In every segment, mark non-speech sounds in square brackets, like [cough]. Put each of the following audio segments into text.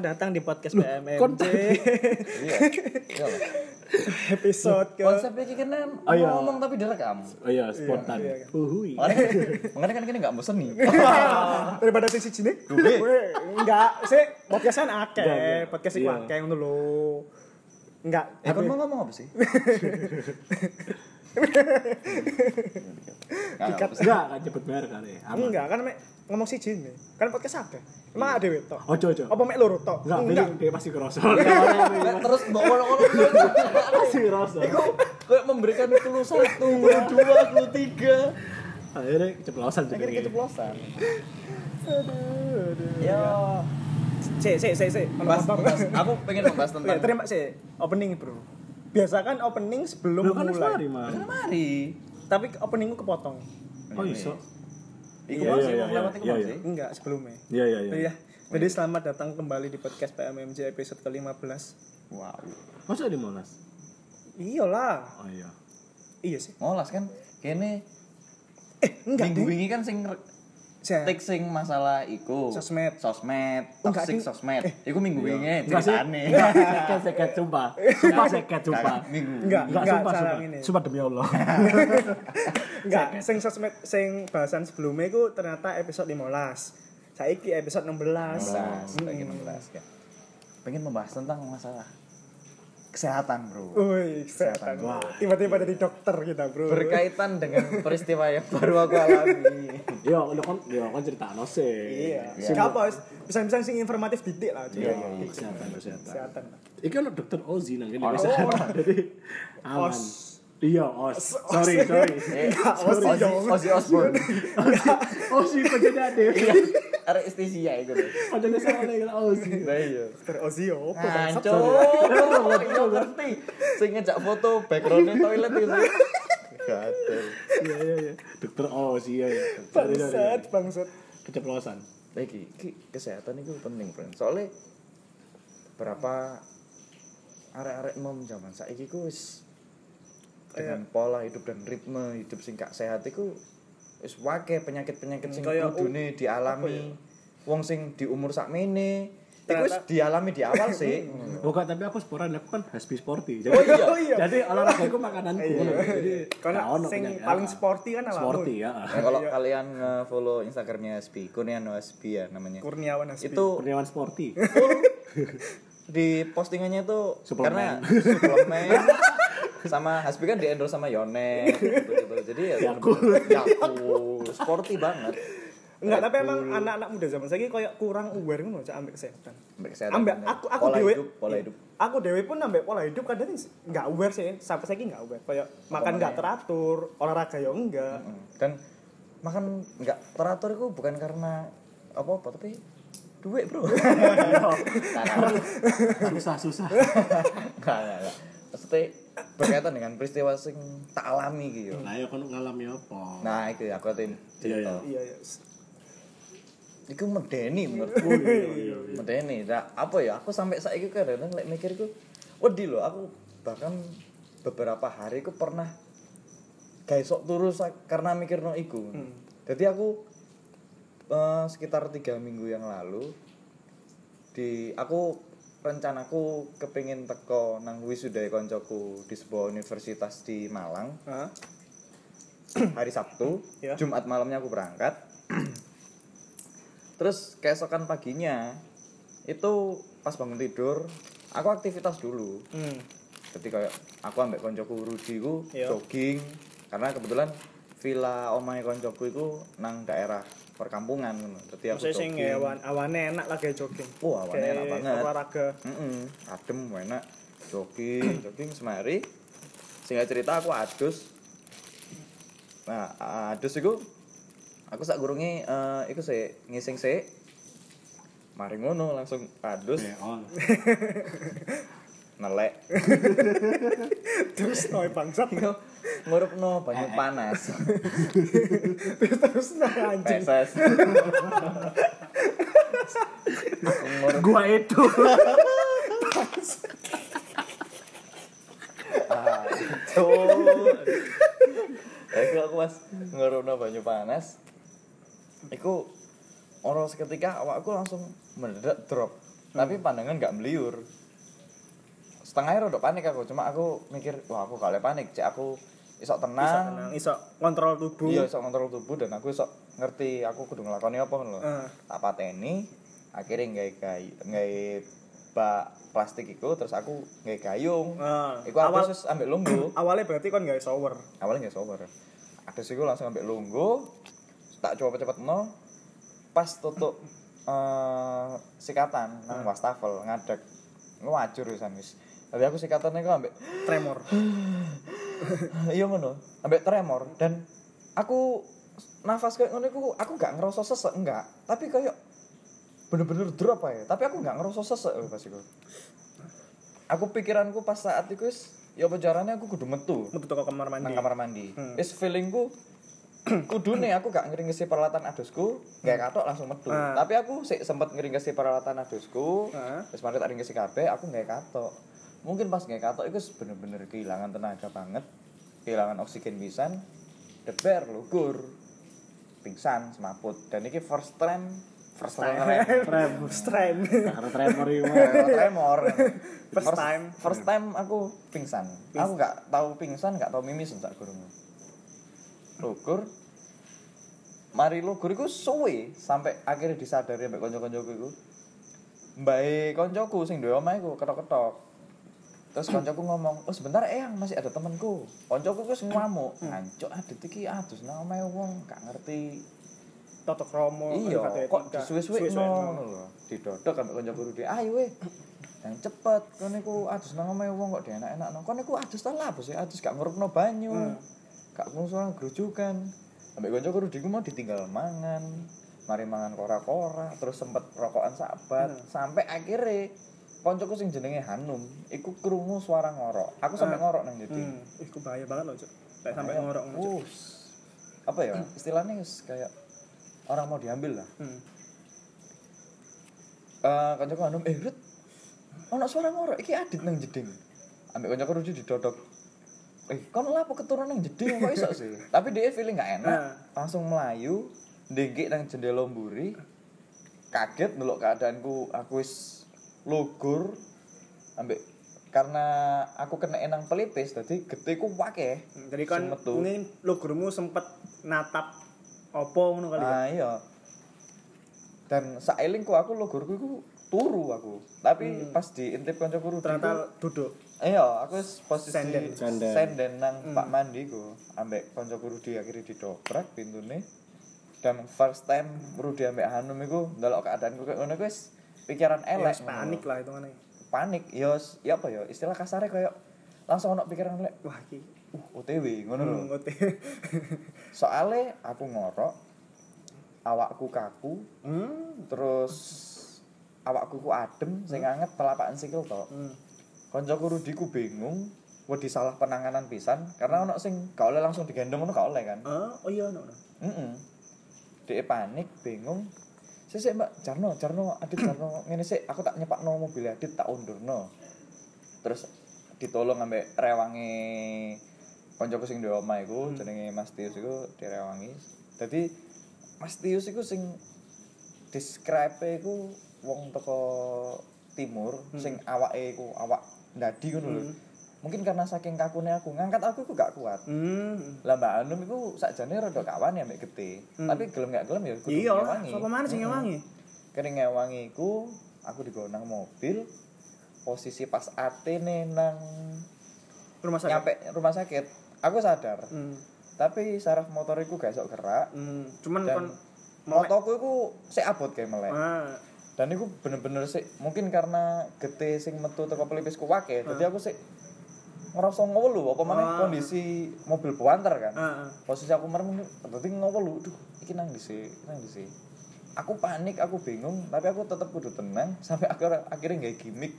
datang di podcast BMMJ Iya. Iya loh. episode ke Konsepnya chicken name Iya. Oh, iya. ngomong tapi direkam. Oh iya, spontan. Iya, iya. Uhui. Makanya [laughs] makanya kan kini nggak bosen nih. Iya. daripada sisi sini Weh, enggak sih podcastan akeh Enggak, enggak. podcast Iya. iku akeh ngono lho enggak Eh, kan mau ngomong [laughs] apa sih? Nggak, nggak Dikat. bosen. Enggak, kan cepet bayar kali. Aman. enggak kan mek ngomong siji nih kan podcast akeh emang ada dewe tok Iya. Ojo ojo. apa mek loro tok Enggak, enggak dia- dia pasti kerosot. Nah, Terus bawa olok-olok. Pasti kerosot. Iku kayak memberikan clue satu, clue dua, clue tiga. Akhirnya keceplosan jadi. Akhirnya keceplosan. aduh aduh Ya. sik sik sik sik Ono Mas, apa? Mas, aku pengen membahas Oke, tentang terima sih opening bro biasa kan opening sebelum Lu kan harus mulai lari, Mas. Karena mari. Iya, tapi openingku kepotong Oh, iso. Iku Iya, mau iya, sih, iya, mau lewat iya, iku mau iya. sih. enggak sebelumnya Iya, iya, iya. Iya. Jadi selamat datang kembali di podcast PMMJ episode ke-15. Wow. Masa di Monas? Iyalah. Oh iya. Iya sih. Ngolas kan kene Eh, enggak minggu deh. ini kan sing re- Saya- tik sing masalah iku. Sosmed. Sosmed, Enggak, toxic Ding. sosmed. Iku minggu wingi Enggak sih. ceritane. Enggak, seket seket sumpah. Sumpah seket sumpah. Kagak, Minggu. Enggak, Enggak, enggak, sumpah, salah sumpah. ini. Sumpah demi [laughs] Allah. [laughs] Enggak, sing sosmed sing bahasan sebelumnya itu ternyata episode 15. Saiki episode Hmm. 16. 16, lagi 16 ya. [laughs] Pengen membahas tentang masalah kesehatan, Bro. Wih, kesehatan. Wah. Tiba-tiba dari dokter kita, Bro. berkaitan dengan peristiwa yang baru aku alami. Yo, lo kan yo kan cerita no sih. Iya. Iya. Enggak apa, bisa-bisa sing informatif titik lah. cuy. Iya, iya, iya. Kesehatan, kesehatan. Kesehatan. Iki ono dokter Ozi nang kene Ono. wis [laughs] Jadi aman. Oh. Os. Iya, Os. Sorry, sorry. Eh, Enggak, Ozzy Ozzy dong. Ozzy Osbourne. Ozi penjana deh. [laughs] Iya, arek estesia itu. Penjana sama dengan Ozi. Nah iya. Dokter Ozzy yo. apa, Bang? Anco, yo Iya, ngerti. Sing ngejak foto backgroundnya toilet itu. Gatel. Iya, iya, iya. Dokter Ozi ya. Bangsat, bangsat. Keceplosan. Lagi, ki, Nah, kesehatan itu penting, friend. Soalnya berapa arek-arek nom zaman saiki ku wis dengan pola hidup dan ritme hidup sing gak sehat iku wis wake penyakit-penyakit sing Kayak, kudune dialami wong sing di umur sakmene iku wis Ternyata- dialami di awal sih. Ngono. Bukan, Oh, tapi aku sporan, aku kan has sporty. Oh, Jadi, [laughs] iya. jadi olahraga aku makananku. Jadi, Karena gak ono sing penyakit. paling Ah, sporty kan alamu. sporty ya. ah. Nah, kalau kalian follow Instagramnya SP, Kurnian SP ya namanya. Kurniawan Hasbi. Itu Kurniawan sporty. di postingannya tuh Suplemen. karena suplemen sama Hasbi kan di endorse sama Yone gitu-gitu. Jadi ya Yakult. Yakult. sporty banget. Enggak, tapi emang anak-anak muda zaman saiki kayak kurang aware ngono cak ambek setan. Ambek kesehatan. Ambek aku aku pola dhewe hidup, pola hidup. Aku dhewe pun ambek pola hidup kadang is- enggak aware sih, sampai saiki enggak aware. Kayak makan enggak teratur, olahraga ya enggak. Hmm. Dan makan nggak teratur itu bukan karena apa-apa tapi duit, Bro. Susah, susah. Enggak, enggak, enggak. Maksudnya berkaitan dengan peristiwa sing tak alami gitu. Nah, ya kan ngalami apa? Nah, itu aku Gitu. atin Iya, cerita. Iya, iya. Iku medeni menurutku. medeni. Nah, apa ya? Aku sampai saiki kadang-kadang lek mikirku wedi loh aku bahkan beberapa hari aku pernah gak esok turu sa- karena mikirno iku. Jadi aku eh, sekitar tiga minggu yang lalu di aku rencanaku kepingin teko nang wisuda koncoku di sebuah universitas di Malang Hah? [clears throat] hari Sabtu, Ya. Jumat malamnya aku berangkat. [clears throat] Terus keesokan paginya itu pas bangun tidur, aku aktivitas dulu. Hmm. Jadi kayak aku ambek koncoku Rudi ku Ya. jogging karena kebetulan villa omahe koncoku iku nang daerah perkampungan ngono. Dadi aku Maksudnya sing jogging. awan awane enak lah kayak jogging. Wah, awane Kayak enak banget. Olahraga. Mm-mm, adem enak jogging [clears throat] jogging semari sehingga cerita aku adus nah a- adus itu aku sak gurungi eh iku sih ngising sih mari ngono langsung adus Beol. nelek [laughs] [laughs] Terus noy [laughs] bangsat. ngurup no banyu panas Terus terus noy anjing. peses ngurup Gua itu. Cuk. Iku Eh, aku pas ngerono banyu panas. Iku orang seketika awakku langsung mendadak drop. tapi pandangan nggak meliur setengahnya rodok panik aku cuma aku mikir wah aku gak boleh panik cek aku Iso isok tenang tenang, iso kontrol tubuh. iya isok kontrol tubuh dan aku isok ngerti aku kudu ngelakoni apa ngono lho Eh. tak pateni akhirnya nggak kayu nggak bak plastik itu terus aku nggak gayung Eh, Iku aku awal- terus ambek lungguh Awalnya berarti kon gak shower. awalnya nggak sober ada sih gue langsung ambil lunggu tak coba cepet no pas tutup eh, sikatan nang wastafel ngadeg gue wajur wisan wis tapi aku sikatannya gue ambek Tremor. iya ngono ambek tremor dan aku nafas kayak ngono aku aku gak ngerasa sesek enggak tapi kayak bener-bener drop aja tapi aku gak ngerasa sesek loh pas iku aku pikiranku pas saat itu wis ya apa jarane aku kudu metu Metu toko kamar nang mandi. [laughs] kamar mandi. Is feelingku [clears throat] kudune aku gak ngeringesi peralatan adusku, gak katok langsung metu. Ah. Tapi aku sik sempet ngeringesi peralatan adusku, Ah. terus mari tak ringkesi kabeh, aku gak katok. Mungkin pas gak katok iku bener-bener kehilangan tenaga banget, kehilangan oksigen pisan, deber lugur. Pingsan semaput dan ini first time first time Trem. Strength. [laughs] Karena tremor itu. tremor. First time. First time aku pingsan. Aku nggak tahu pingsan, nggak tahu mimis enggak gurung. Lugur. Mari lugur iku suwe sampai akhirnya disadari sampai kanca-kancaku iku. Mbae kancaku sing duwe omah iku ketok-ketok. Terus kancaku ngomong, "Oh, sebentar Eyang, masih ada temanku." Kancaku wis ngamuk. Hmm. Ancuk adit iki adus nang omahe wong, gak ngerti Toto kromo. iya Alfabetika. kok disuwe-suwe Suwe-suwe no no. didodok ambek kanca guru dhewe ayo we dan cepet kene ku adus nang omahe wong kok dienak-enak nang kene ku adus ta labus ya adus gak ngurupno banyu Hmm. gak ngusah grujukan ambek kanca guru dhewe mau ditinggal mangan mari mangan kora-kora terus sempet rokokan sahabat Hmm. sampai akhirnya koncoku sing jenenge Hanum iku krungu suara ngorok aku sampe ngorok nang jadi Hmm. Ih, ku bahaya banget loh, Cuk. Lek sampai ngorok ngono, Cuk. Wus. apa ya istilahnya wis kayak orang mau diambil lah Hmm. Eh, kancaku anom eh Rut. Ono suara ngorok iki adit nang jeding. Ambek kancaku rujuk didodok. Eh, kon lha apa keturunan nang jeding kok iso [laughs] sih? Tapi dia feeling gak enak, Nah. langsung melayu, ndengkik nang jendela mburi. Kaget ndelok keadaanku, aku wis lugur ambek karena aku kena enang pelipis dadi geteku wake. Hmm, Jadi kan Sing metu. mungkin lo gurumu sempet natap opo ngono kali. ya? Ah iya. Dan saelingku aku lugurku iku turu aku. Tapi pas diintip kancaku Rudi Hmm. Ternyata iku- duduk. Iya, aku wis posisi Senden. Hmm. senden, Senden. nang Pak Mandi ku. Ambek kanca Rudi akhirnya didobrak pintune. Dan first time Rudi ambek Hanum iku ndelok keadaanku kayak ngono iku wis pikiran Ya, elek. ngono. panik lah hitungannya. Panik, yo ya apa ya istilah kasarnya kayak langsung ono pikiran elek. Wah, iki Uh, OTW ngono lho. [laughs] ngot. Soale aku ngorok, awakku kaku, Hmm. terus awakku ku adem sing anget telapakan sikil tok. Hmm. Koncoku Rudiku bingung, wedi salah penanganan pisan karena ono sing gak oleh langsung digendong ono gak oleh kan. Ah, oh iya no. no. Heeh. Dhek panik, bingung. Sik sik Mbak Jarno, Jarno, Adit Jarno, ngene sik aku tak nyepakno mobil Adit tak undurno. Terus ditolong ambek rewangi koncoku sing duwe omah iku jenenge Mas Tius iku direwangi. Dadi Mas Tius iku sing describe iku wong teko timur sing awake iku awak ndadi ngono lho. Mungkin karena saking kakune aku ngangkat aku iku gak kuat. Hmm. lah Mbak Anum itu sakjane rada kawan ya mbek gete. Tapi gelem gak gelem ya kudu Iya lah, ngewangi. Hmm. sapa mana sing ngewangi? Kering ngewangi iku aku digawa nang mobil posisi pas atene nang Rumah sakit. nyampe rumah sakit. Aku sadar. Hmm. Tapi saraf motoriku gak sok gerak. Hmm. Cuman Dan kon melek. Motoku iku sik abot kayak melek. Ah, Dan iku bener-bener sik mungkin karena gete sing metu teko pelipisku wake, dadi aku sik ngerasa ngelu apa mana Ah. kondisi mobil buanter kan. ah, ah. posisi aku merem berarti ngopo lu duh iki nang dhisik nang dhisik aku panik aku bingung tapi aku tetep kudu tenang [laughs] sampai aku akhirnya nggak gimmick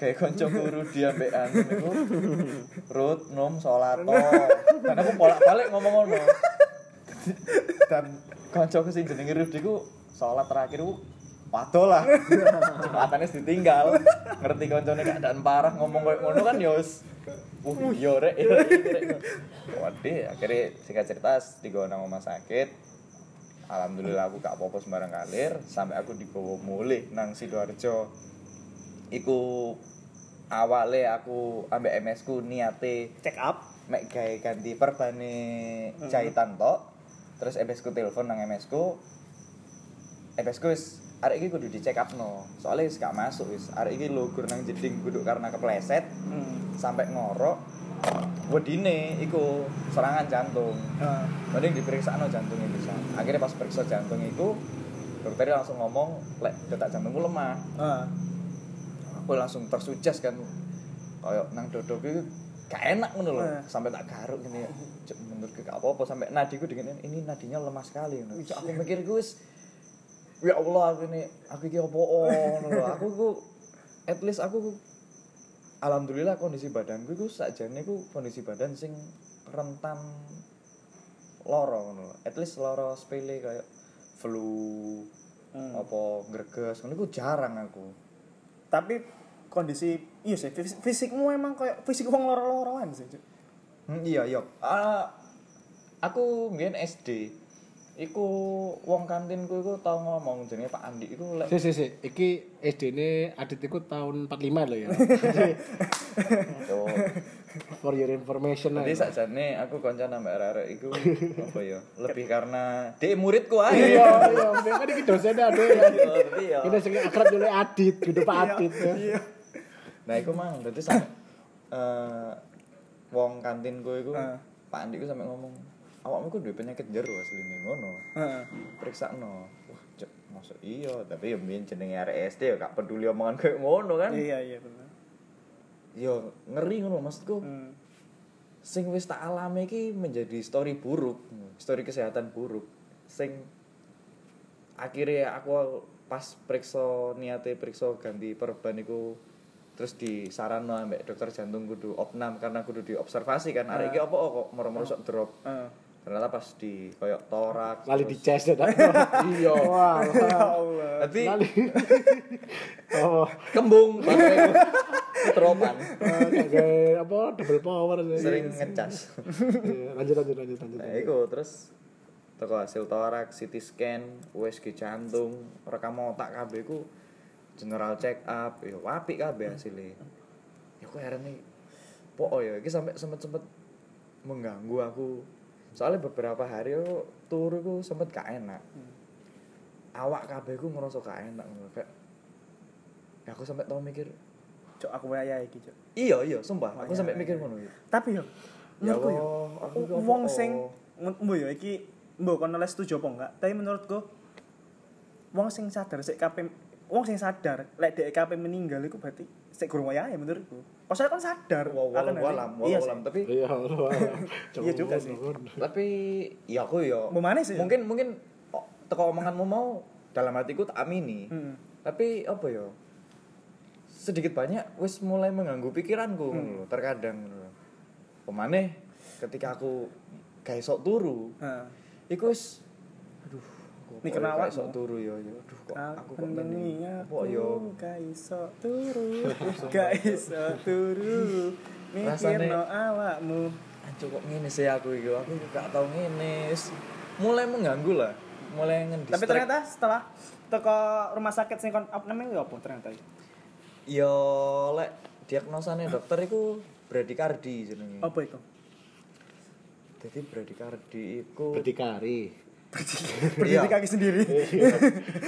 kayak konco guru dia ambek anu niku rut nom solato dan aku bolak balik ngomong ngono dan konco sing jenenge Rut iku salat terakhir ku waduh lah jembatannya ditinggal ngerti koncone keadaan parah ngomong kayak ngono kan ya wis uh iya rek iya, rek, iya, rek. waduh akhirnya singkat cerita digawa nang rumah sakit alhamdulillah aku gak apa-apa sembarang kalir sampai aku dibawa mulih nang sidoarjo iku awale aku ambek MS ku niate check up mek gawe ganti perbane jahitan tok. Terus MS ku telepon nang MS ku. MS ku wis arek iki kudu dicek up no. Soale wis gak masuk wis. Arek iki lugur nang jeding kudu karena kepleset hmm. sampai ngorok. Wedine iku serangan jantung. Eh, Mending diperiksa no jantungnya bisa. Akhirnya pas periksa jantung itu dokternya langsung ngomong lek detak jantungku lemah. eh. aku langsung tersujas kan kayak nang dodok itu gak enak ngono lho Eh. sampai tak garuk gini Cuk, menurutku gak apa-apa sampai nadiku dengan ini nadinya lemah sekali ngono. Cuk, aku mikir gue ya Allah aku ini aku iki apa [laughs] ngono lho aku ku at least aku ku- alhamdulillah kondisi badanku iku sakjane ku kondisi badan sing rentan loro ngono lho at least loro sepele kayak flu Hmm. apa greges ngono iku jarang aku tapi kondisi iya sih fis- fisikmu emang kayak fisik wong loro-loroan sih Cuk. Hmm, iya iya. Ah, aku mbiyen SD iku wong kantinku iku tau ngomong jenenge Pak Andi iku lek Si [laughs] si si, iki SD ini Adit iku tahun 45 [laughs] loh ya. Yo, For your information Jadi aja. sakjane aku konco nambah arek-arek iku apa ya? Lebih karena dhek muridku ae. Iya, iya, mereka iki dosennya ada ya. Yo, tapi yo. Kita sing akrab oleh Adit, gitu Pak Adit ya. Iya, iya Nah, iku mang dadi sampe eh wong kantinku iku Ah. Pak Andi iku sampe ngomong, "Awakmu iku duwe penyakit jero asline ngono." Heeh. periksa no wah cek masuk iya tapi ya mungkin jenenge arek SD ya gak peduli omongan kayak ngono kan iya iya bener yo ngeri ngono maksudku Hmm. sing wis tak alami iki menjadi story buruk story kesehatan buruk sing akhirnya aku pas periksa niate periksa ganti perban iku terus disaranno ambek dokter jantung kudu opnam karena kudu diobservasi kan arek iki apa kok moro-moro sok drop Eh. ternyata pas di koyok torak Lali di terus- chest ya. tak? Iya. Wah. ya Allah tapi Lali. Oh, [laughs] kembung bateraiku. keteropan kayak apa double power sih. sering ngecas Iya, lanjut lanjut lanjut lanjut. nah itu terus toko hasil toraks CT scan USG jantung rekam otak kabeh ku general check up ya apik kabeh hasilnya ya aku heran nih po ya iki sampai sempet sempet mengganggu aku soalnya beberapa hari aku tur aku sempet gak enak awak kabeh ku ngerasa gak enak ngono. kayak ya aku sampai tau mikir Cuk, aku waya iki Cuk. iya iya sumpah aku sampai mikir ngono ya. tapi yo Ya menurutku yo Allah, aku iki apa wong kok? sing mbo yo iki mbo kono les setuju apa enggak tapi menurutku wong sing sadar sik kape wong sing sadar lek dhek kape meninggal iku berarti sik gurung wayahe menurutku Pasal kan sadar akan Wa- walau hal ini. walam walau iya walam sih tapi Iya, Allah. Iya juga sih. tapi ya aku ya Mau mana sih? mungkin mungkin oh, teko omonganmu mau dalam hatiku tak amini Mm-mm. tapi apa ya sedikit banyak wis mulai mengganggu pikiranku Hmm. ngono lho, terkadang ngono lho. pemaneh ketika aku gak esok turu Heeh. iku wis aduh kok Nih, kok kena gak awakmu. esok turu ya ya aduh kok aku kok Mending mending aku kok ya gak iso [laughs] turu gak iso turu mikirno awakmu Anjir kok ngene sih aku iki aku gak tau ngene Wis mulai mengganggu lah mulai ngendistrek tapi ternyata setelah toko rumah sakit sing kon namanya apa ternyata ya? Yo lek diagnosane dokter iku bradikardi jenenge. apa [laughs] itu Jadi bradikardi iku [laughs] Berdikari. berdiri Iya. kaki sendiri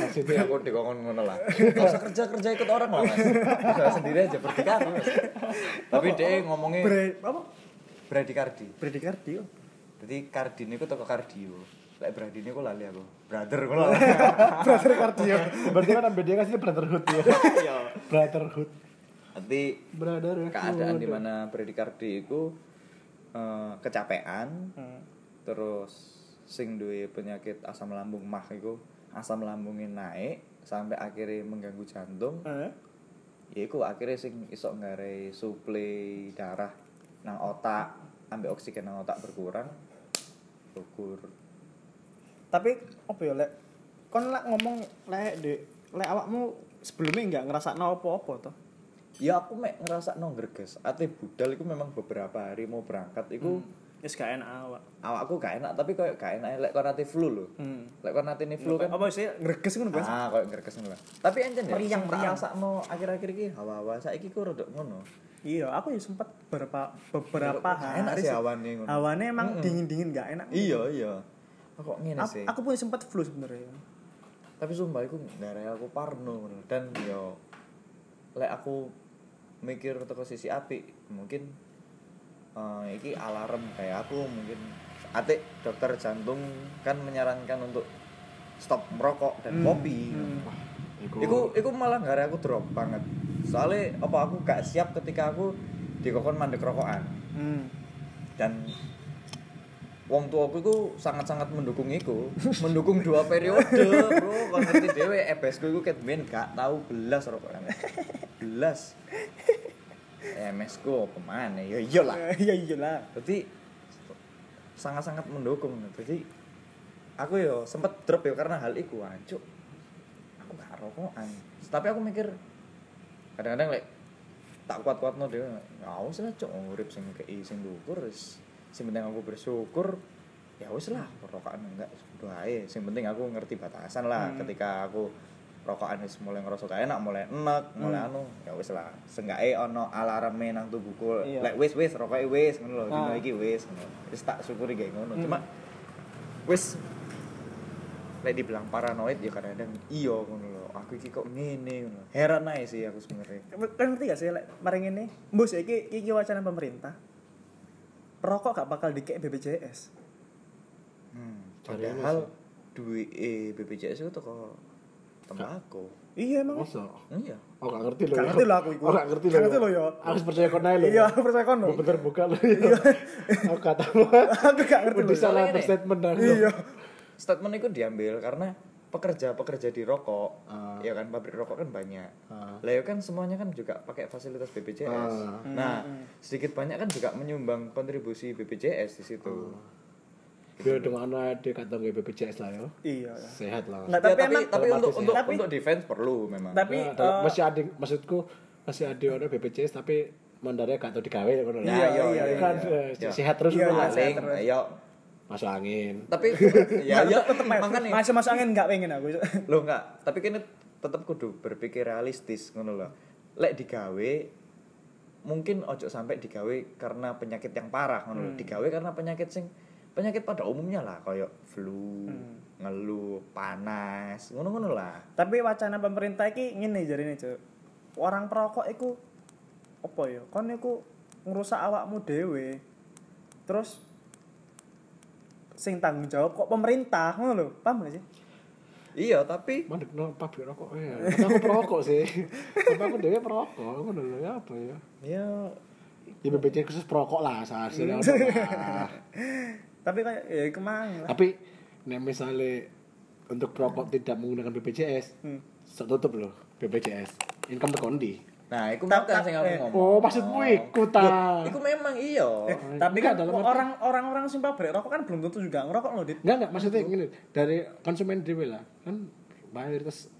Maksudnya aku dikongkon ngono lah. Gak usah kerja-kerja ikut orang lah, Mas. Udah sendiri aja berdikari, Mas. Tapi dia ngomongnya Bre, apa bradikardi. berdikardi oh. Jadi kardine iku teko kardio. Lek bradine iku lali aku. Brother ngono lah. Brother iya. cardio. Berarti kan ambil dia kan sini brotherhood ya. Yo. Brotherhood. Nanti Brotherhood. keadaan di mana bradikardi itu eh, kecapean Hmm. terus sing duwe penyakit asam lambung mah itu asam lambungnya naik sampai akhirnya mengganggu jantung Eh, ya iku akhirnya sing isok nggarai suplai darah nang otak ambil oksigen nang otak berkurang gugur tapi apa ya lek kon lek ngomong lek dek lek awakmu sebelumnya nggak ngerasa apa-apa toh ya aku mek ngerasa no greges ate budal itu memang beberapa hari mau berangkat itu Wis gak enak awak. awakku gak enak tapi koyo gak enak lek kon nanti flu lho Hmm. lek kon nanti ini flu kan Apa sih ngreges ngono kan? ah koyo ngerkes ngono lah. tapi encen ya Meriang, meriang. rasakno akhir-akhir iki hawa-hawa saiki ku rodok ngono Iya, aku ya sempat beberapa beberapa Gak hari. enak sih sih. hawane ngono. Hawane emang dingin-dingin gak enak. iya iya aku kok ngene Aku, sih aku pun sempat flu sebenarnya. tapi sumpah iku darah aku parno ngono. dan yo lek aku mikir teko sisi api mungkin eh, iki alarm kayak aku mungkin atik dokter jantung kan menyarankan untuk stop merokok dan kopi Iku iku malah gara aku drop banget. Soalnya apa aku gak siap ketika aku dikokon mandek rokokan Hmm. [laughs] dan wong tuaku iku sangat-sangat mendukung iku, mendukung dua periode, Bro. Kon ngerti dhewe ebesku iku ket ben gak tau belas rokokan. Belas. MS ku apa mana? Ya iyalah. Iya iyalah. Berarti sangat-sangat mendukung. Berarti aku yo sempet drop yo karena hal itu ancuk. Aku gak rokokan. Tapi aku mikir kadang-kadang lek tak kuat-kuatno dhewe. Ya wis lah cuk urip sing kei sing syukur wis sing penting aku bersyukur. Ya wis lah aku rokokan enggak doae. Sing penting aku ngerti batasan lah ketika aku rokokan wis mulai ngerasa gak enak, mulai enek, mulai anu. Ya wis lah. Senggae ono alarme nang tubuhku. Iya. Lek wis wis rokoke wis ngono lho. Dino Ah. iki wis ngono. Wis tak syukuri kayak ngono. Hmm. Cuma wis lek dibilang paranoid ya kadang-kadang iya ngono lho. Aku iki kok ngene ngono. Heran ae sih aku sebenarnya. Kan ngerti gak sih lek mari ngene, mbus ya, iki iki wacana pemerintah. Rokok gak bakal dikek BPJS. Hmm, Dari padahal duit eh, BPJS itu toko tembakau. Iya emang. Masa? Iya. Oh gak ngerti loh. Gak ngerti lho aku iku. Oh gak ngerti loh. Gak ngerti lho yo. Harus percaya kon ae lho. [laughs] Iya, aku percaya kono. Gua Bentar buka lho. Iya. Aku kata lo. [laughs] Aku gak ngerti Udah lho. salah Soalnya ini. statement dah lo. Iya. Statement itu diambil karena pekerja-pekerja di rokok, Ah. ya kan pabrik rokok kan banyak. Ah. Lah ya kan semuanya kan juga pakai fasilitas BPJS. Ah. Nah, sedikit banyak kan juga menyumbang kontribusi BPJS di situ. Yo dengan ana dia kata nggih BPJS lah yo. Iya. Sehat lah. Enggak Ya, tapi tapi emang tapi Nah, untuk otomatis untuk Tapi- untuk defense perlu memang. tapi Ya, eh, dalam- masih ada maksudku masih ada orang BPJS tapi mandarnya gak tau digawe ya, ngono lho. Iya, iya, kan eh, iya. sehat terus Iya, ngono iya, lah. sehat. Iya, Paling ayo. Masuk angin. [laughs] Tapi ya ya tetep makanya masih masuk angin gak pengen aku. lo enggak tapi kini tetap kudu berpikir realistis ngono lho lek digawe mungkin ojo sampai digawe karena penyakit yang parah ngono Hmm. lho digawe karena penyakit sing penyakit pada umumnya lah koyo flu Hmm. ngeluh panas ngono ngono lah Tapi wacana pemerintah iki ngene jarine, Cuk. Orang perokok iku apa ya? Kon iku ngrusak awakmu dhewe. Terus sing tanggung jawab kok pemerintah ngono lho. Paham gak sih? iya tapi Mandek no pabrik rokok ya. Tapi aku perokok sih. Tapi aku dhewe perokok ngono lho ya apa ya. ya Ya BPJS khusus perokok lah seharusnya. ya, Hmm. lah. Tapi kayak ya iku mang lah. Tapi nek misalnya untuk perokok tidak menggunakan BPJS, Hmm. sok tutup loh BPJS. Income terkondi. nah iku Tak- makan tak- sing aku eh. ngomong Oh, maksudmu iku ta. iku memang iya Tapi Ini kan dalam arti- orang orang-orang sing pabrik rokok kan belum tentu juga ngerokok loh, Dit. Enggak enggak maksudnya gini dari konsumen dhewe lah. Kan mayoritas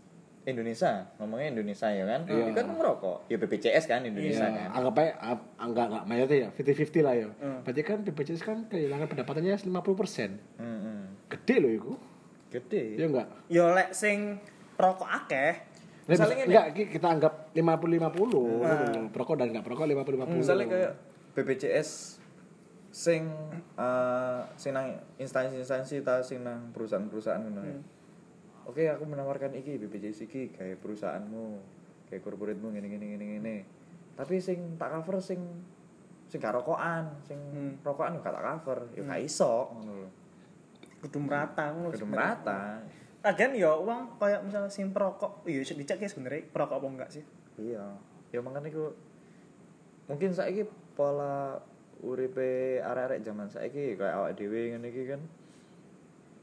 Indonesia ngomongnya Indonesia ya kan Iya. Iku kan ngerokok ya BPJS kan Indonesia ya, kan anggap aja ap- enggak enggak mayoritas ya 50-50 lah ya. Berarti kan BPJS kan kehilangan pendapatannya 50%. hmm, hmm. Gede loh iku. gede Ya enggak? Ya lek sing perokok akeh Nah, Misalnya mis- gini. Hmm. enggak ki- kita anggap 50-50 nah. perokok dan enggak perokok 50-50. misalnya kayak BPJS sing eh sing nang instansi-instansi ta sing nang perusahaan-perusahaan ngono Hmm. ya. Oke, aku menawarkan iki BPJS iki kayak perusahaanmu, kayak korporatmu ngene ngene ngene ngene. Tapi sing tak cover sing sing gak rokokan, sing rokokan gak tak cover, ya gak iso ngono lho. kudu merata ngono. Kudu sebenarnya. merata. Lagian ya uang kayak misalnya sing perokok, iya sih dicek ya sebenarnya perokok apa enggak sih? Iya. Ya makanya ku mungkin saiki pola uripe arek-arek zaman saiki kayak awak dhewe ngene iki kan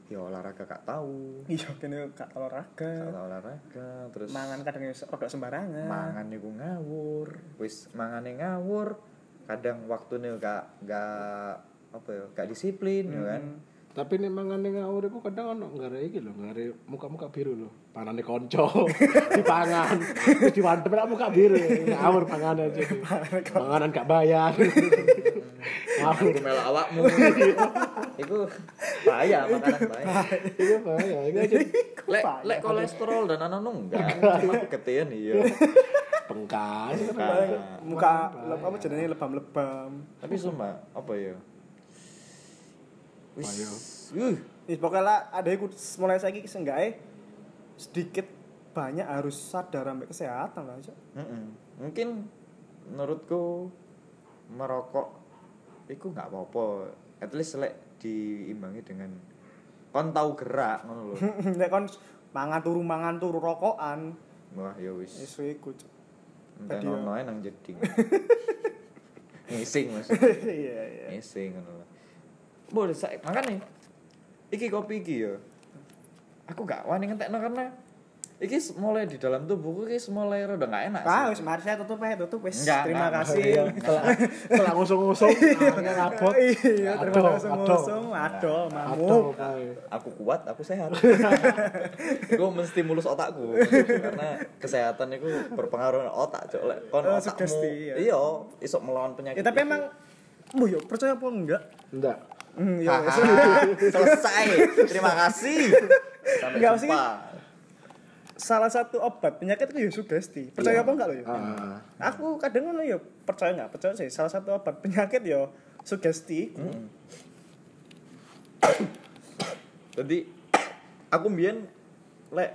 ya olahraga gak tahu. Iya, kene gak olahraga. Gak tau olahraga terus mangan kadang ya rodok sembarangan [laughs] mangan niku ngawur. Wis mangane ngawur, kadang waktune gak gak apa ya, gak disiplin ya kan. Tapi nek mangane ngawur iku kadang ono nggare iki lho, nggare muka-muka biru lho. [laughs] Panane konco dipangan, terus diwantep nek muka biru. Ngawur panganan aja. Panganan gak bayar. Ngawur. Aku melok awakmu. [laughs] Iku bahaya makanan bahaya. Iya, bahaya. Ini aja Lek lek kolesterol dan anu enggak. Cuma kegedean iya. pengkas. Paling Nah, muka leb- apa jenenge lebam-lebam. tapi sumpah apa ya? Wis. Bahaya. Uh, Wis pokoknya lah ada iku mulai saiki seenggaknya sedikit banyak harus sadar sampai kesehatan lah [laughs] Cok. mm-mm. Mungkin menurutku merokok iku nggak apa-apa. At least lek diimbangi dengan kon tahu gerak ngono lho. [laughs] Nek kon mangan turu mangan turu rokokan, Wah, ya wis. isu iku. Cok. Entar Tadi ya. ono ae nang jeding. Ngising Mas. [laughs] Iya iya. Ngising ngono lho. Boleh saya makan nih. Iki kopi iki ya. Aku gak wani ngentekno karena iki s- mulai di dalam tubuhku iki s- mulai rada gak enak. sih. Ah, wis mari saya tutup ae, tutup wis. Enggak, Terima enggak. kasih. Setelah setelah ngusung-ngusung, akhirnya ngabot. [laughs] Iya, terima Adoh, kasih adoh. ngusung. Aduh, Adoh, mamuk. kae. Aku kuat, aku [laughs] sehat. Gue menstimulus otakku karena kesehatan itu berpengaruh pada otak, Cok. Lek kon Eh, otakmu. sugesti, ya. Iya, isok melawan Ya penyakit. tapi itu. emang Bu yo percaya apa enggak? Enggak. Hmm, ya [laughs] wis. Haha, selesai. Terima kasih. Sampai Enggak, jumpa. Salah satu obat penyakit itu ya sugesti. Percaya apa enggak lo yo? Ah. Aku kadang ngono yo percaya enggak percaya sih. Salah satu obat penyakit yo sugesti. Jadi aku mbien lek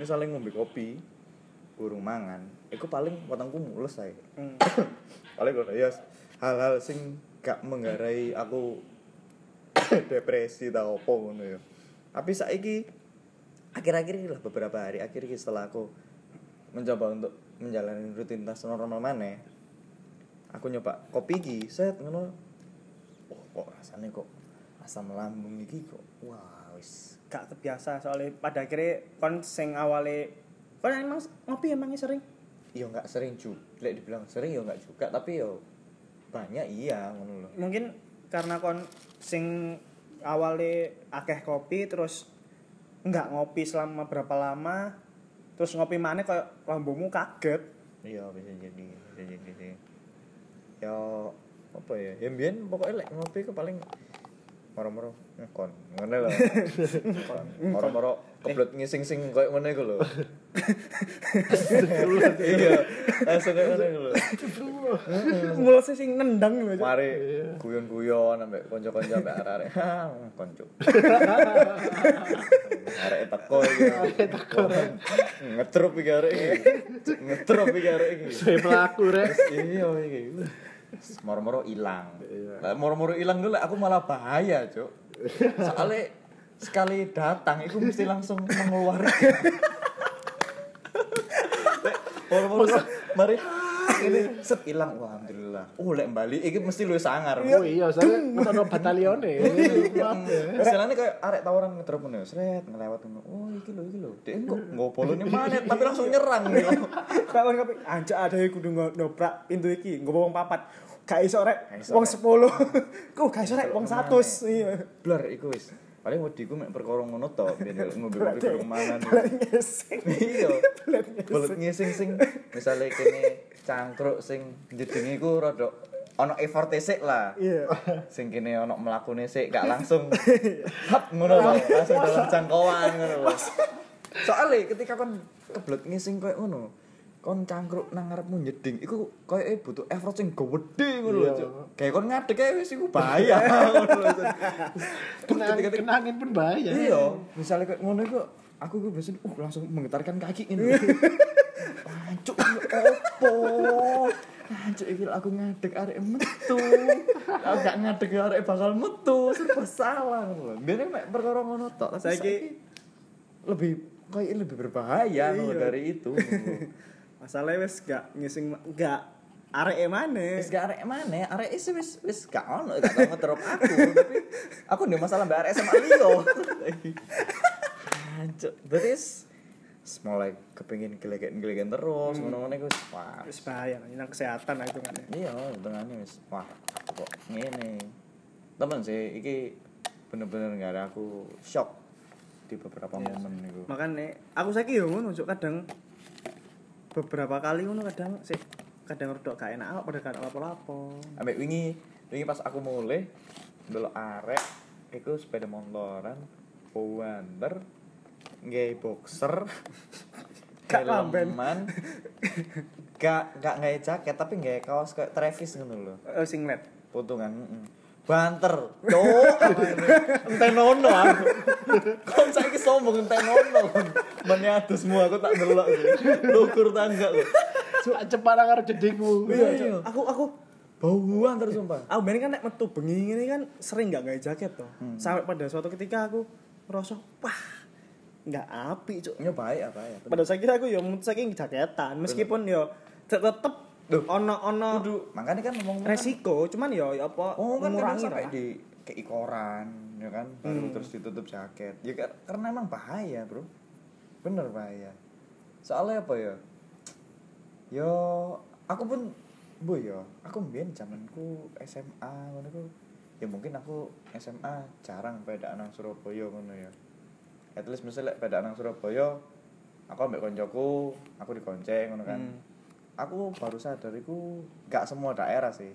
misalnya ngombe kopi burung mangan, iku paling watangku mulus ae. Hmm. [coughs] paling ngono ya hal-hal sing gak menggarai aku [coughs] depresi ta opo ngono ya. Tapi saiki akhir-akhir ini lah beberapa hari akhir ini setelah aku mencoba untuk menjalani rutinitas normal maneh aku nyoba kopi iki set ngono oh, kok rasanya kok asam lambung iki kok wah wis Gak terbiasa soalnya pada akhirnya kon sing awale kon emang ngopi emangnya sering. yo nggak sering juga lek dibilang sering yo nggak juga tapi yo banyak iya ngono loh Mungkin karena kon sing awale akeh kopi terus enggak ngopi selama berapa lama terus ngopi mana kayak lambungmu kaget iya bisa jadi bisa jadi sih yo apa ya ya mbien pokoknya lek ngopi ke paling moro-moro ngekon ngono lho Ngekon. Eh. moro-moro kebelet ngising-sing koyo ngono iku lho [laughs] iya langsung koyo ngono iku lho mulai sing nendang lho Cuk. mari guyon-guyon sampe kanca-kanca sampe arek-arek "Hah, konco arek teko iki teko ngetrup iki arek iki ngetrup iki arek iki Saya pelaku, Rek. Terus iya iki Terus moro-moro ilang Lah, moro-moro ilang dulu aku malah bahaya cuk soalnya sekali datang itu mesti langsung mengeluarkan Lek, moro-moro mari "Ah, ini set ilang wah alhamdulillah oh lek bali iki mesti lu sangar Oh iya, saya ngono batalione. Maaf ya. Istilahnya kayak arek tawaran ngedrop ngono, sret ngelewat ngono. Oh, iki lho iki lho. Dek kok nggo polone manet tapi langsung nyerang. [laughs] Kak kon kopi anjak ada yang kudu ngo- noprak pintu iki, nggo wong papat. Gak iso rek Gak iso, wong Rek. 10. [laughs] Ku gak iso rek wong 100. Iya. Blar iku wis. Paling wedi ku mek perkara ngono to, ben ngombe kopi Berarti- karo mangan. Balik ngesek. Iya. Belet ngesek. Belet ngising sing misale kene cangkruk sing jedenge iku rada ono effort e sik lah. Iya. Sing kene ono mlakune sik gak [laughs] langsung hap ngono lho, langsung dalam jangkauan ngono lho. Soale ketika kon kebelet ngising koyo ngono, kon cangkruk nang ngarepmu njeding iku koyoke butuh effort sing gede ngono lho. Iya. Cuk. Kayak kon ngadeg ae wis iku [laughs] bahaya ngono lho. Cuk. Kenang, kenangin pun bahaya. Iya, misalnya kayak ngono kok aku gue biasanya uh langsung menggetarkan kaki ini. [laughs] Ancuk iki opo? Ancuk iki aku ngadeg arek metu. Aku gak ngadeg arek bakal metu, serba salah ngono lho. Biyen mek perkara ngono tok, tapi Saiki- saiki lebih kayak lebih berbahaya Iya. ngono dari itu. Masalahnya wis gak ngising gak arek e mana. Wis gak arek mana, arek is wis wis gak ono gak tau ngeterop aku, tapi aku ndek masalah mbak arek sama Leo. Ancuk, berarti is- is mulai kepengin gelegen-gelegen terus, ngono-ngono iku wis wah. Wis bahaya kan nang kesehatan lah itu kan. Iya, tengahnya wis wah aku kok ngene. Temen sih iki bener-bener nggak ada aku shock di beberapa momen itu makanya aku saiki yo ngono Cuk. kadang beberapa kali ngono kadang sik kadang rodok gak enak awak, padahal gak enak apa-apa ambek wingi wingi pas aku mulai ndelok arek iku sepeda montoran wander nggay boxer Gak lamben. helman, [laughs] gak gak nggay jaket tapi nggay kaos kayak Travis ngono lho Eh, singlet potongan mm. banter cok entenono aku kon saiki sombong entenono meniatu semua aku tak delok lukur tangga lho Cuk, cepat anggar jedingmu. iya aku aku bauan terus sumpah aku ben kan nek metu bengi ini kan sering gak gawe jaket toh Hmm. sampai pada suatu ketika aku merasa wah nggak api Cuk. Ini baik apa ya? pada saya kira aku ya mutus saking jaketan meskipun yo tetep Duh. ono ono Makanya kan ngomong resiko cuman yo ya apa Oh kan kadang mengurangi Hmm. sampai lah di keikoran ya kan baru terus ditutup jaket. Ya kan karena emang bahaya, Bro. Bener bahaya. Soalnya apa ya? Yo aku pun bu yo, aku mbien zamanku SMA ngono ku. Ya mungkin aku SMA jarang pedaan nang Surabaya ngono ya. At least misalnya pedaan nang Surabaya aku ambek koncoku, aku digonceng ngono kan. Hmm. aku baru sadar iku gak semua daerah sih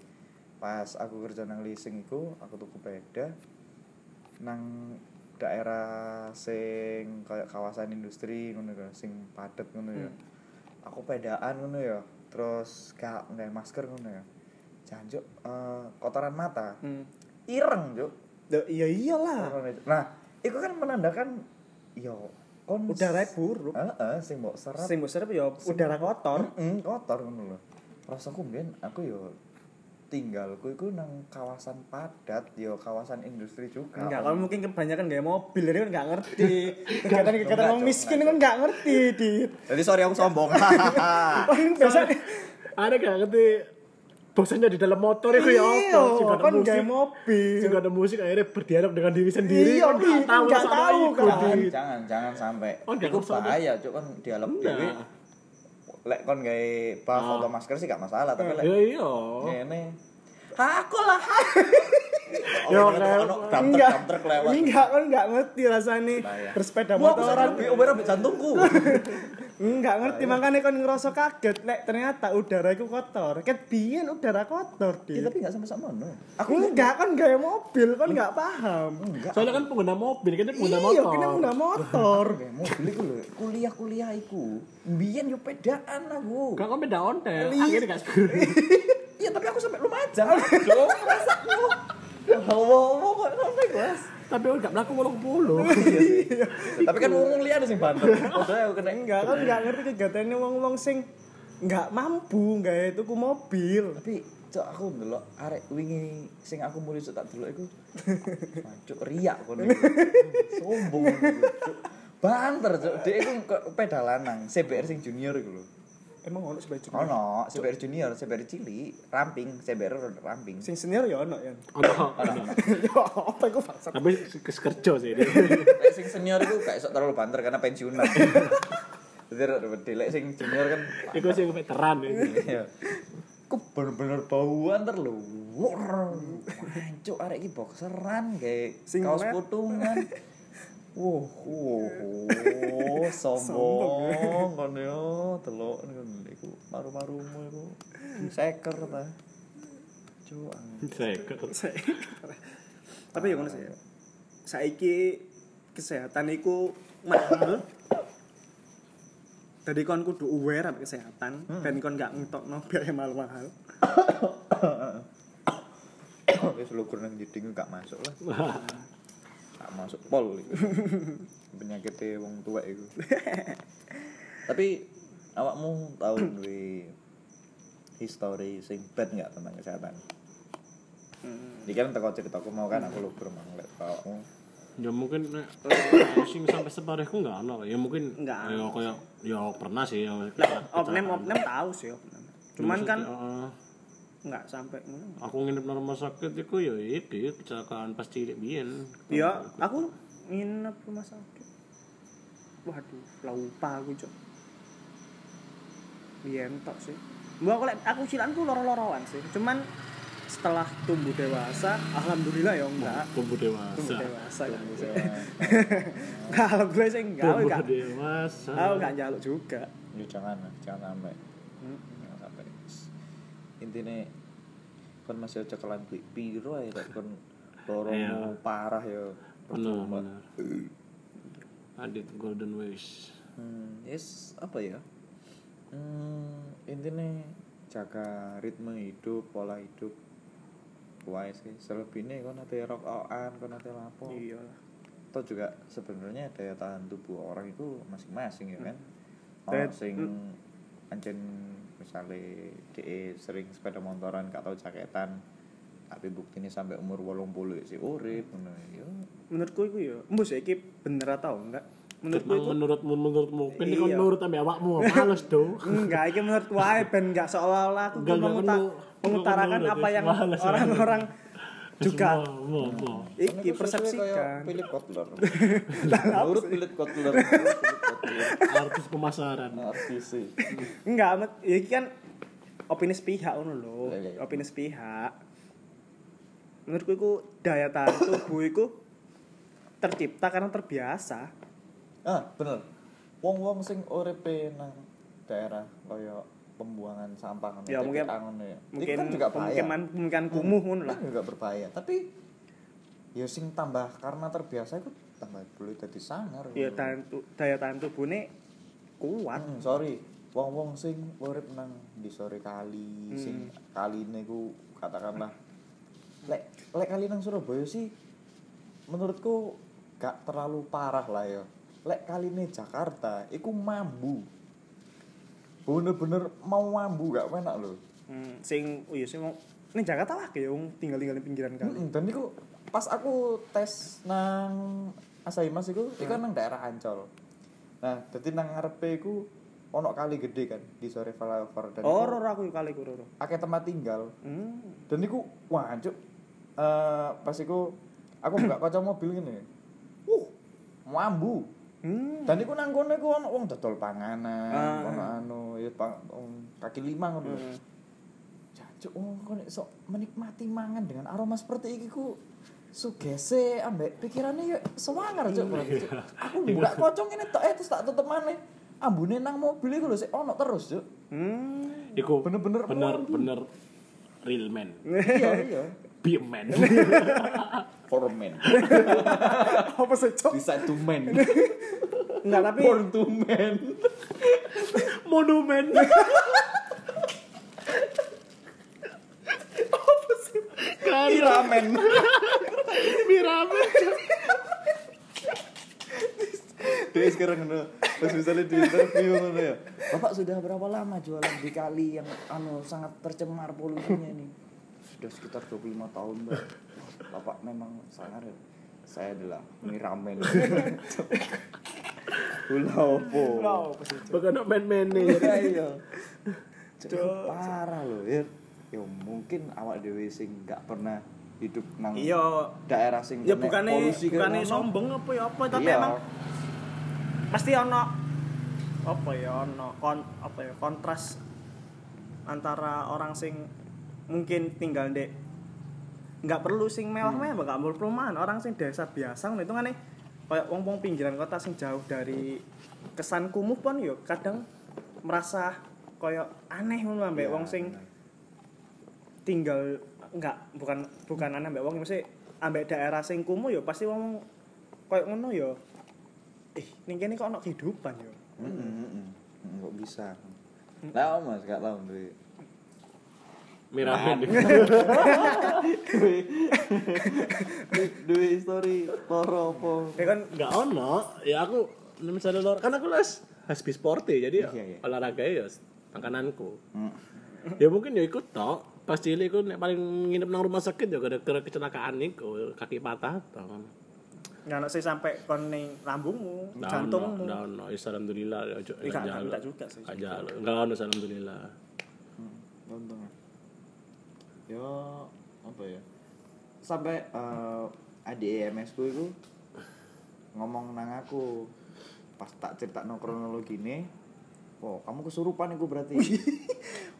pas aku kerja nang leasing iku aku tuku beda nang daerah sing kayak kawasan industri ngono ya sing padet ngono ya aku pedaan ngono ya terus gak nggak masker ngono ya janjuk eh, kotoran mata Hmm. ireng juk Duh, iya iyalah nah itu kan menandakan yo kon udara buruk Heeh, sing mbok serap sing besar ya udara kotor Mm, kotor ngono lho. Rasaku mbiyen aku yo tinggalku iku nang kawasan padat yo kawasan industri juga. Enggak, kalau mungkin kebanyakan gak mobil, ini kan gak [laughs] ngerti Kegiatan-kegiatan Enggak, orang Cok, miskin kan gak ngerti di Jadi sorry aku [laughs] sombong. Nah, biasanya Ada gak ngerti bosannya di dalam motor itu ya Iya, apa? Sing gak ada kan musik. gak mobil Sing gak ada musik akhirnya berdialog dengan diri sendiri. Iya, Kan gak Dit, tahu gak sama tahu, iku, kan. Dit. jangan jangan sampai. Oh, jangan iku sampai. bahaya cuk kan dialog Enggak. dhewe. Lek kon gawe buff Ah. atau masker sih gak masalah, tapi lek Ya iya. ngene aku lah. [laughs] Yo, Ono- Leo. ono Enggak, damter-damter kelewat. enggak kan gak ngerti rasanya Bahaya. Bersepeda Wah, aku motoran sadar bi- obat ambek jantungku. Enggak ngerti, makanya kan ngerasa kaget Lek ternyata udara itu kotor Ket biyen udara kotor, Ya, Dit tapi gak sama-sama no. Aku Iya. enggak kan gak mobil, kan gak paham Enggak. Soalnya kan pengguna mobil, kan dia pengguna Iya, motor. kena pengguna motor Kayak mobil iku lho, kuliah-kuliah iku. Mbiyen yo pedaan aku. Gak kok beda ontel. Akhirnya gak seger. [laughs] Iya, tapi aku sampai Lumajang. Aduh, rasaku. Ya Allah, kok sampai Mas. Tapi aku gak melaku walau [laughs] polo. Tapi kan wong liane sing banter. Padahal aku kena Enggak kan gak ngerti kegiatannya wong-wong sing Enggak mampu, enggak tuku mobil Tapi cok aku ndelok arek wingi sing aku mulai cok tak delok iku. Mancuk riak kono. iku. Sombong iku, cok. Banter cok. Dek iku ke- pedal lanang, CBR sing junior iku lho. Emang ono sebagai junior? Ono, CBR junior, CBR cilik, ramping, CBR ramping. Sing senior ya ono ya Aduh. [laughs] Ya apa itu faksa Tapi keskerja sih dia. Lek sing senior iku gak iso terlalu banter karena [laughs] pensiunan. Jadi rada wedi. lek sing junior kan Iku sih veteran. ya. ya. Ku bener-bener bauan ter lho. Wor. Mancuk arek iki boxeran kayak Sing kaos led. putungan. Wow, wow, wow, [laughs] sombong kan yo, telok ngono iku maru-marumu iku seker ta. Cuk. Seger. [laughs] Tapi ya ngono sih ya. Saiki kesehatan iku mahal Jadi kon kudu aware sama kesehatan Dan kon gak ngetokno biaya mahal-mahal [coughs] Wis lukur nang jeding gak masuk lah. Wah, tak masuk pol gitu. penyakitnya wong tua itu tapi awakmu tahu duwe history sing bad nggak tentang kesehatan ini kan teko ceritaku mau kan aku lupa mang lek awakmu Ya mungkin [coughs] nek sing sampai separehku enggak ono. Ya mungkin Nggak. ya koyo ya pernah sih ya. Opnem, opnem tahu sih opnem Cuman kan Heeh. nggak sampai ngono. ah, aku nginep nang rumah sakit iku ya iki kecelakaan pas cilik biyen. Ya, aku nginep rumah sakit. Waduh, lupa aku, Cok. Biyen tok sih. Mbak aku lek- aku cilanku loro-loroan sih. Cuman setelah tumbuh dewasa alhamdulillah ya enggak tumbuh tumbuh dewasa dewasa kan [laughs] ya nah, alhamdulillah saya enggak aku tumbuh enggak dewasa aku enggak nyaluk juga Hmm. jangan lah, jangan sampai jangan sampai intinya kon masih aja kelan beli piro ya lek kon loromu parah ya benar percuma. benar adit golden wish hmm, yes apa ya hmm, intinya jaga ritme hidup pola hidup wae sih selebihnya kon nanti rokokan kon nanti lapo iya lah. atau juga sebenarnya daya tahan tubuh orang itu masing-masing ya kan Daya- orang sing ancen misalnya de sering sepeda motoran gak tau jaketan tapi buktinya sampai umur wolong puluh sih urip ngono ya menurutku itu ya mbok saiki bener atau enggak menurutku menurutmu itu menurutmu menurutmu ini kan Iya. nurut sampe awakmu males do enggak iki menurutku ae ben enggak seolah-olah aku Enggak, enggak, menguta- aku- aku mengutarakan menurut apa ya, yang males, orang-orang [laughs] juga Semua, semua, semua. iki persepsikan Philip [laughs] Kotler menurut Philip Kotler Philip Kotler artis pemasaran artis sih Enggak, met, ya iki kan opini sepihak ngono lho. Lah, iya, iya. Opini sepihak. Menurutku iku daya tahan tubuh iku tercipta karena terbiasa. ah bener wong-wong sing uripe nang daerah kaya pembuangan sampah ngono, Ya, mungkin- TPA ngono ya. Itu Mungkin kan juga bahaya pemukiman pemukiman kumuh ngono lah. kan juga berbahaya tapi ya sing tambah karena terbiasa itu tambah boleh jadi sangar Ya tahan tu- daya tahan tubuhne kuat. Mm, sorry wong wong sing urip nang di sore kali sing kaline ku katakanlah lek lek kali nang Surabaya sih menurutku gak terlalu parah lah ya lek kaline Jakarta iku mambu bener-bener mau mambu gak enak loh Hmm, sing oh iya sing wong ning Jakarta lah kayak wong tinggal-tinggal di pinggiran kali. Mm, dan niku pas aku tes nang Asahi Mas iku, iku nang daerah Ancol. Nah, dadi nang ngarepe iku ono kali gede kan di sore flyover dan Oh, iku roro aku kali ku roro. akeh tempat tinggal. Hmm. Dan niku wah cuk. Eh pas iku aku buka kaca mobil ngene. Uh, mambu. Hmm. Dan iku nang kono iku ono wong dodol panganan, Ah. ono anu ya pang, wong kaki lima ngono. lho. Jancuk oh kok nek sok menikmati mangan dengan aroma seperti iki ku sugese ambek pikirannya ya sewangar cuk. Aku buka kocong ngene tok eh terus tak tutup maneh. Ambune nang mobil iku lho sik ono terus cuk. Hmm. Iku Bener-bener bener mampu. bener real [laughs] man, Iya iya. be a man. Formen. Apa sih, Cok? Bisa to men. Enggak, tapi Born to men. Monumen. Kan Ramen. Miramen. Dia sekarang ngono. Terus misalnya di interview ngono ya. Bapak sudah berapa lama jualan di kali yang anu sangat tercemar polusinya ini? Sudah sekitar 25 tahun, Mbak. Bapak memang sangar ya. Saya adalah miramen. Ula opo. Lah, apa sih? Bukan no man-man nih. Ya, iya. Cuk, Parah loh, ya. Ya mungkin awak dhewe sing gak pernah hidup nang Iya, daerah sing ya kena bukannya polusi kayak bukannya ngono. sombong apa ya apa tapi Iya. emang pasti ono apa ya ono kon apa ya kontras antara orang sing mungkin tinggal di nggak perlu sing mewah-mewah Hmm. nggak perlu perumahan orang sing desa biasa ngono itu kan kayak wong wong pinggiran kota sing jauh dari kesan kumuh pun yo kadang merasa koyo aneh ngono ambek Iya, wong sing bener. tinggal nggak bukan bukan aneh ambek wong mesti ambek daerah sing kumuh yo pasti wong koyo ngono yo eh ning kene kok ono kehidupan yo Enggak bisa. Mm. Tahu Mas, gak tahu duit. Miramen. [laughs] Duit story loro apa? ya kan Enggak ono. Ya aku misalnya lor kan aku les hasbi sporty jadi Iya, iya. olahraga ya makananku. Mm. ya mungkin ya ikut tok. Pas cilik aku nek paling nginep nang rumah sakit ya gara-gara kecelakaan iku kaki patah tok. nggak ono sih sampai kon ning lambungmu Nggak jantungmu ono, nggak ono. Ya, alhamdulillah ya ojo Iya, nggak nggak jalo. minta juga sih. Nggak jalo. Nggak ono alhamdulillah. Untung. Ya apa ya? Sampai eh adik EMS ku itu ngomong nang aku pas tak cerita kronologi ini, oh kamu kesurupan iku berarti.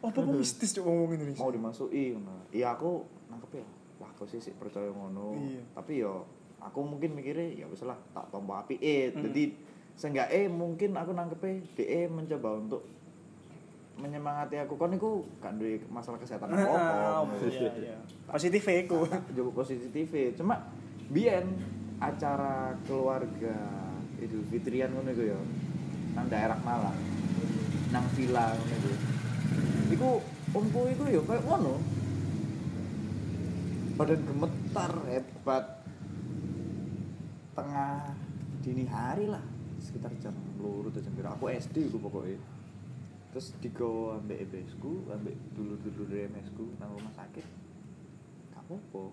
apa apa mistis cok ngomong Indonesia mau dimasuki ngono. Iya aku nangkep ya. Wah, aku sih sih percaya ngono. Iya. Tapi yo aku mungkin mikirnya ya wis lah tak tombol api eh. Jadi seenggaknya mungkin aku nangkepe DE mencoba untuk menyemangati aku kan iku gak duwe masalah kesehatan Ah, apa-apa. iya, [laughs] iya. positif ya iku. Jauh positif ya. Cuma biyen acara keluarga Idul Fitrian ngono iku ya. Nang daerah Malang. Nang villa ngono iku. Iku omku iku ya kayak ngono. Badan gemetar hebat. Tengah dini hari lah sekitar jam luru atau jam pira. aku SD iku pokoknya terus digo ambek EBS ku ambek dulur-dulur EMS ku nang rumah sakit gak apa-apa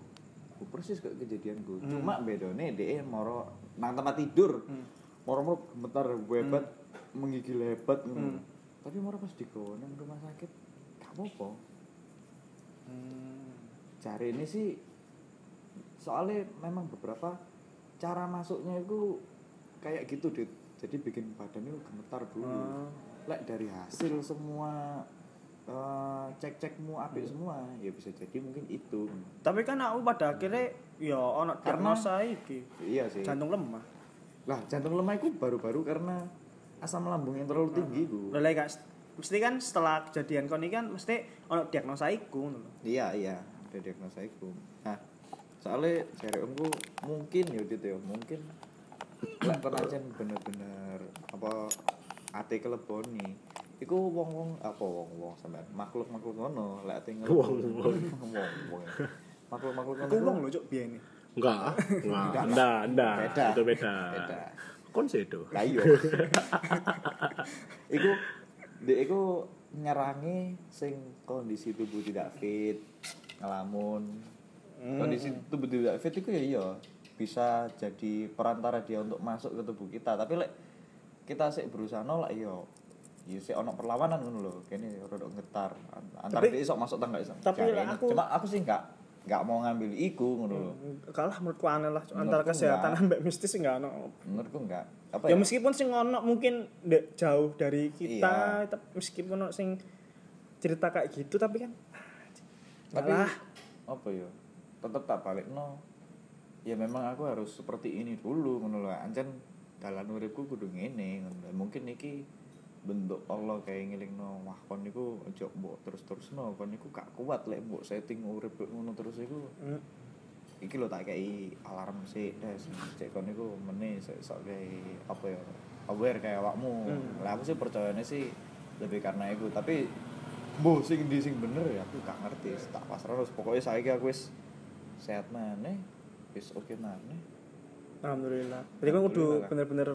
Ku persis kayak kejadian gue Hmm. cuma bedone dia moro nang tempat tidur Hmm. moro-moro gemetar hebat menggigil hebat Hmm. ngono. tapi moro pas digo nang rumah sakit gak apa-apa cari ini sih soalnya memang beberapa cara masuknya itu kayak gitu deh jadi bikin badan itu gemetar dulu Hmm. lek dari hasil semua eh, cek-cekmu apik Hmm. semua ya bisa jadi mungkin itu Tapi kan aku pada akhirnya ya ono Karena- diagnosa iki. iya sih Jantung lemah. lah jantung lemah itu baru-baru karena asam lambung yang terlalu tinggi Bu. Lha gak mesti kan setelah kejadian kon iki kan mesti ono diagnosa iku ngono lho. Iya iya, ada diagnosa itu. Nah, soalnya cari omku mungkin ya gitu ya, mungkin lek penancen bener-bener apa ate kelebon nih. Iku wong-wong apa wong-wong sampean makhluk-makhluk ngono lek ate ngelebon. Wong-wong. Wong-wong. Makhluk-makhluk ngono. Aku wong lho cuk biyen. Enggak, ah. Enggak, enggak, enggak, enggak, Beda. itu beda. Beda. Kon sedo. Lah [laughs] iya. iku dek iku nyerangi sing kondisi tubuh tidak fit, ngelamun. Hmm. Kondisi tubuh tidak fit itu ya iya bisa jadi perantara dia untuk masuk ke tubuh kita, tapi lek kita sik berusaha nolak iya ya sik ono perlawanan ngono lho. Kene rodok getar An- antar Tapi- dek iso masuk tangga iso. tapi Gak lek enak. aku- Hmm. cuma aku sih enggak enggak mau ngambil iku ngono lho. Kalah menurutku aneh lah Cuk. antara Menurutku kesehatan [laughs] enggak. ambek mistis enggak ono. Menurutku enggak. Apa Ya meskipun sing ono mungkin ndek jauh dari kita, Iya. tep- meskipun ono sing cerita kayak gitu tapi kan ah, tapi Alah. apa ya tetap tak balik no ya memang aku harus seperti ini dulu ngono lho ancen dalan uripku kudu ngene ngono lho. mungkin iki bentuk Allah kayak ngelingno wah kon niku ojo mbok terus-terusno kon niku gak kuat lek mbok setting urip kok ngono terus iku Hmm. iki lho tak kei alarm sih des cek kon niku meneh sok sok kayak apa ya aware kayak awakmu Hmm. lah aku sih percayanya sih lebih karena itu tapi bu sing di sing bener ya aku gak ngerti tak pasrah terus pokoknya saya aku wis sehat maneh wis oke maneh alhamdulillah. Jadi kan kudu Alhamdulillah. bener-bener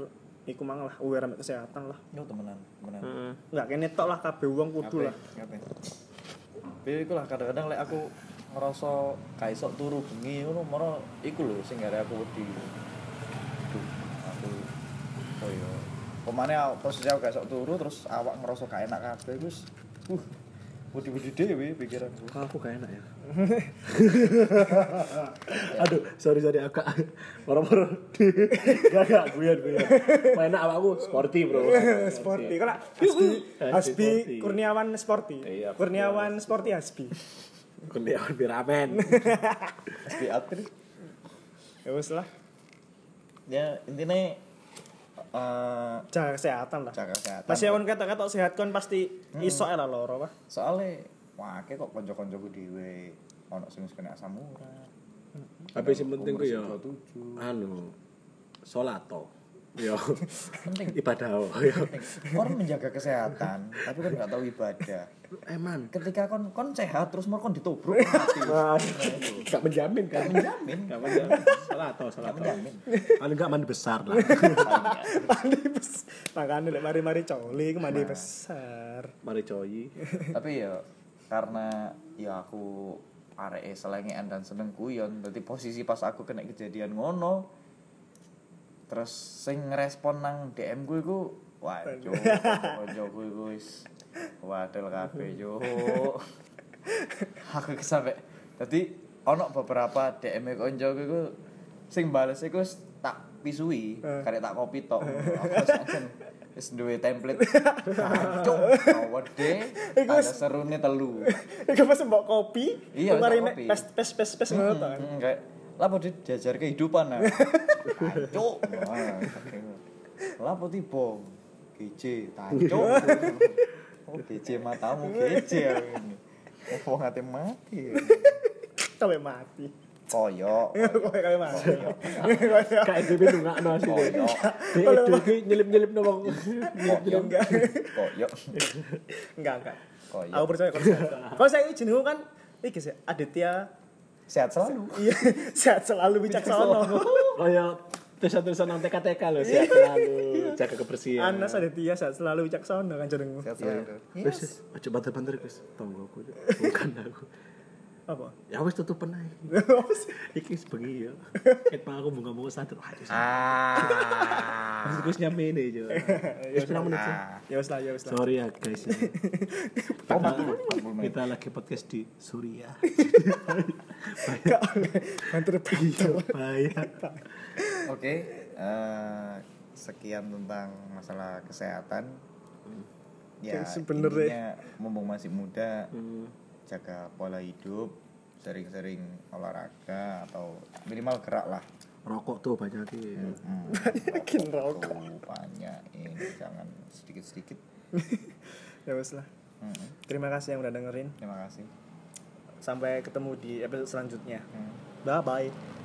iku mang lah aware ambek kesehatan lah. yo temenan temenan Enggak kene tok lah kabeh wong kudu lah. ngapain tapi iku lah kadang-kadang lek aku ngerasa kaisok turu bengi ngono moro iku lho sing gara aku wedi Duh, aku koyo pemane aku- posisi aku kaisok turu terus awak ngerasa gak enak kabeh iku wis, uh wedi-wedi dhewe pikiranku Aku gak enak ya. [laughs] Aduh, sorry sorry aku gak- moro-moro. [laughs] Gak gak guyon guyon. Mainan apa aku sporty, Bro. Sporty. Kok lah Hasbi, Hasbi Sporty. Kurniawan Sporty. Iya, Kurniawan Sporty Hasbi. Kurniawan Piramen. SD aktris Ya wis lah, ya intinya eh jaga kesehatan lah. jaga kesehatan Hmm. Masih kon ketok-ketok sehat kon pasti iso ya lah loro, Pak. soalnya wah kayak kok konco-koncoku dhewe ono sing wis kena asam urat Tapi sing penting ku ya Umur 27. anu salat to. Yo. Ibadah yo. kon menjaga kesehatan tapi kan nggak tahu ibadah Eman. ketika kon kon sehat terus mau kon [laughs] ditobruk mati Gak menjamin kan? menjamin Gak menjamin. Salat to, nggak salat to. menjamin Paling gak mandi besar lah. Mandi bes. Makane lek mari-mari coli ku mandi Nah. besar. [laughs] Mari [laughs] coyi. tapi ya karena ya aku arek selengean dan seneng kuyon berarti posisi pas aku kena kejadian ngono terus sing ngerespon nang DM gue iku wah cuk konco gue guys wadel kabeh cuk aku kesampe e tadi ono beberapa DM konco gue iku sing bales iku wis tak pisui, Eh. karek tak copy [laughs] tok. Aku sajen wis duwe template. Cuk, awede. Iku Ada wis- serune [laughs] telu. Iku pas mbok kopi, Iya, kemarin tak nek kopi. pes pes pes pes ngono to kan. Hmm, kayak lapo di diajar kehidupan [laughs] nah. Cuk. Lapo tiba gece [laughs] tancuk. Oh, gece matamu gece aku ini. Oh, hati mati. hmm. Sampai mati. [laughs] Koyok. Kowe kaya mati. Koyok. Kayak DB nungakno asline. Koyok. Dek itu [laughs] ki nyelip-nyelipno wong. Koyok. Enggak. Koyok. [laughs] Enggak, enggak. Koyok. Aku percaya konsep. Kalau saya jenengku kan iki sih Aditya Sehat selalu. iya [laughs] sehat selalu bijaksana. Iya, Kayak tulisan-tulisan nang TK-TK lho, sehat selalu, Iya. jaga kebersihan. Anas Aditya sehat selalu bijaksana kan jenengmu. iya, Sehat Iya. selalu. Wis, wis. aja banter-banter wis tonggoku. Cuk. Bukan aku. Apa? [laughs] Ya wis tutup ae. Iki wis bengi ya. Ket aku bunga-bunga sadar. Waduh. Ah. Terus gue nyampe ini [laughs] aja. Wis pirang menit sih? Ah. Ya wis lah, ya wis lah. Sorry ya guys. ya. Oh, 40, Kita, 40 menit. kita lagi podcast di [laughs] Suriah. Enggak oleh [laughs] banter banter. [laughs] Bahaya. Oke, eh, sekian tentang masalah kesehatan. Ya, Kayak sebenernya. intinya mumpung masih muda, Hmm. jaga pola hidup, sering-sering olahraga atau minimal gerak lah. Rokok tuh banyak ya. sih. Hmm, [laughs] Makin rokok. tuh banyak ini jangan sedikit-sedikit. Ya wis lah. Hmm, Terima kasih yang udah dengerin. terima kasih. Sampai ketemu di episode selanjutnya. Hmm. Bye bye.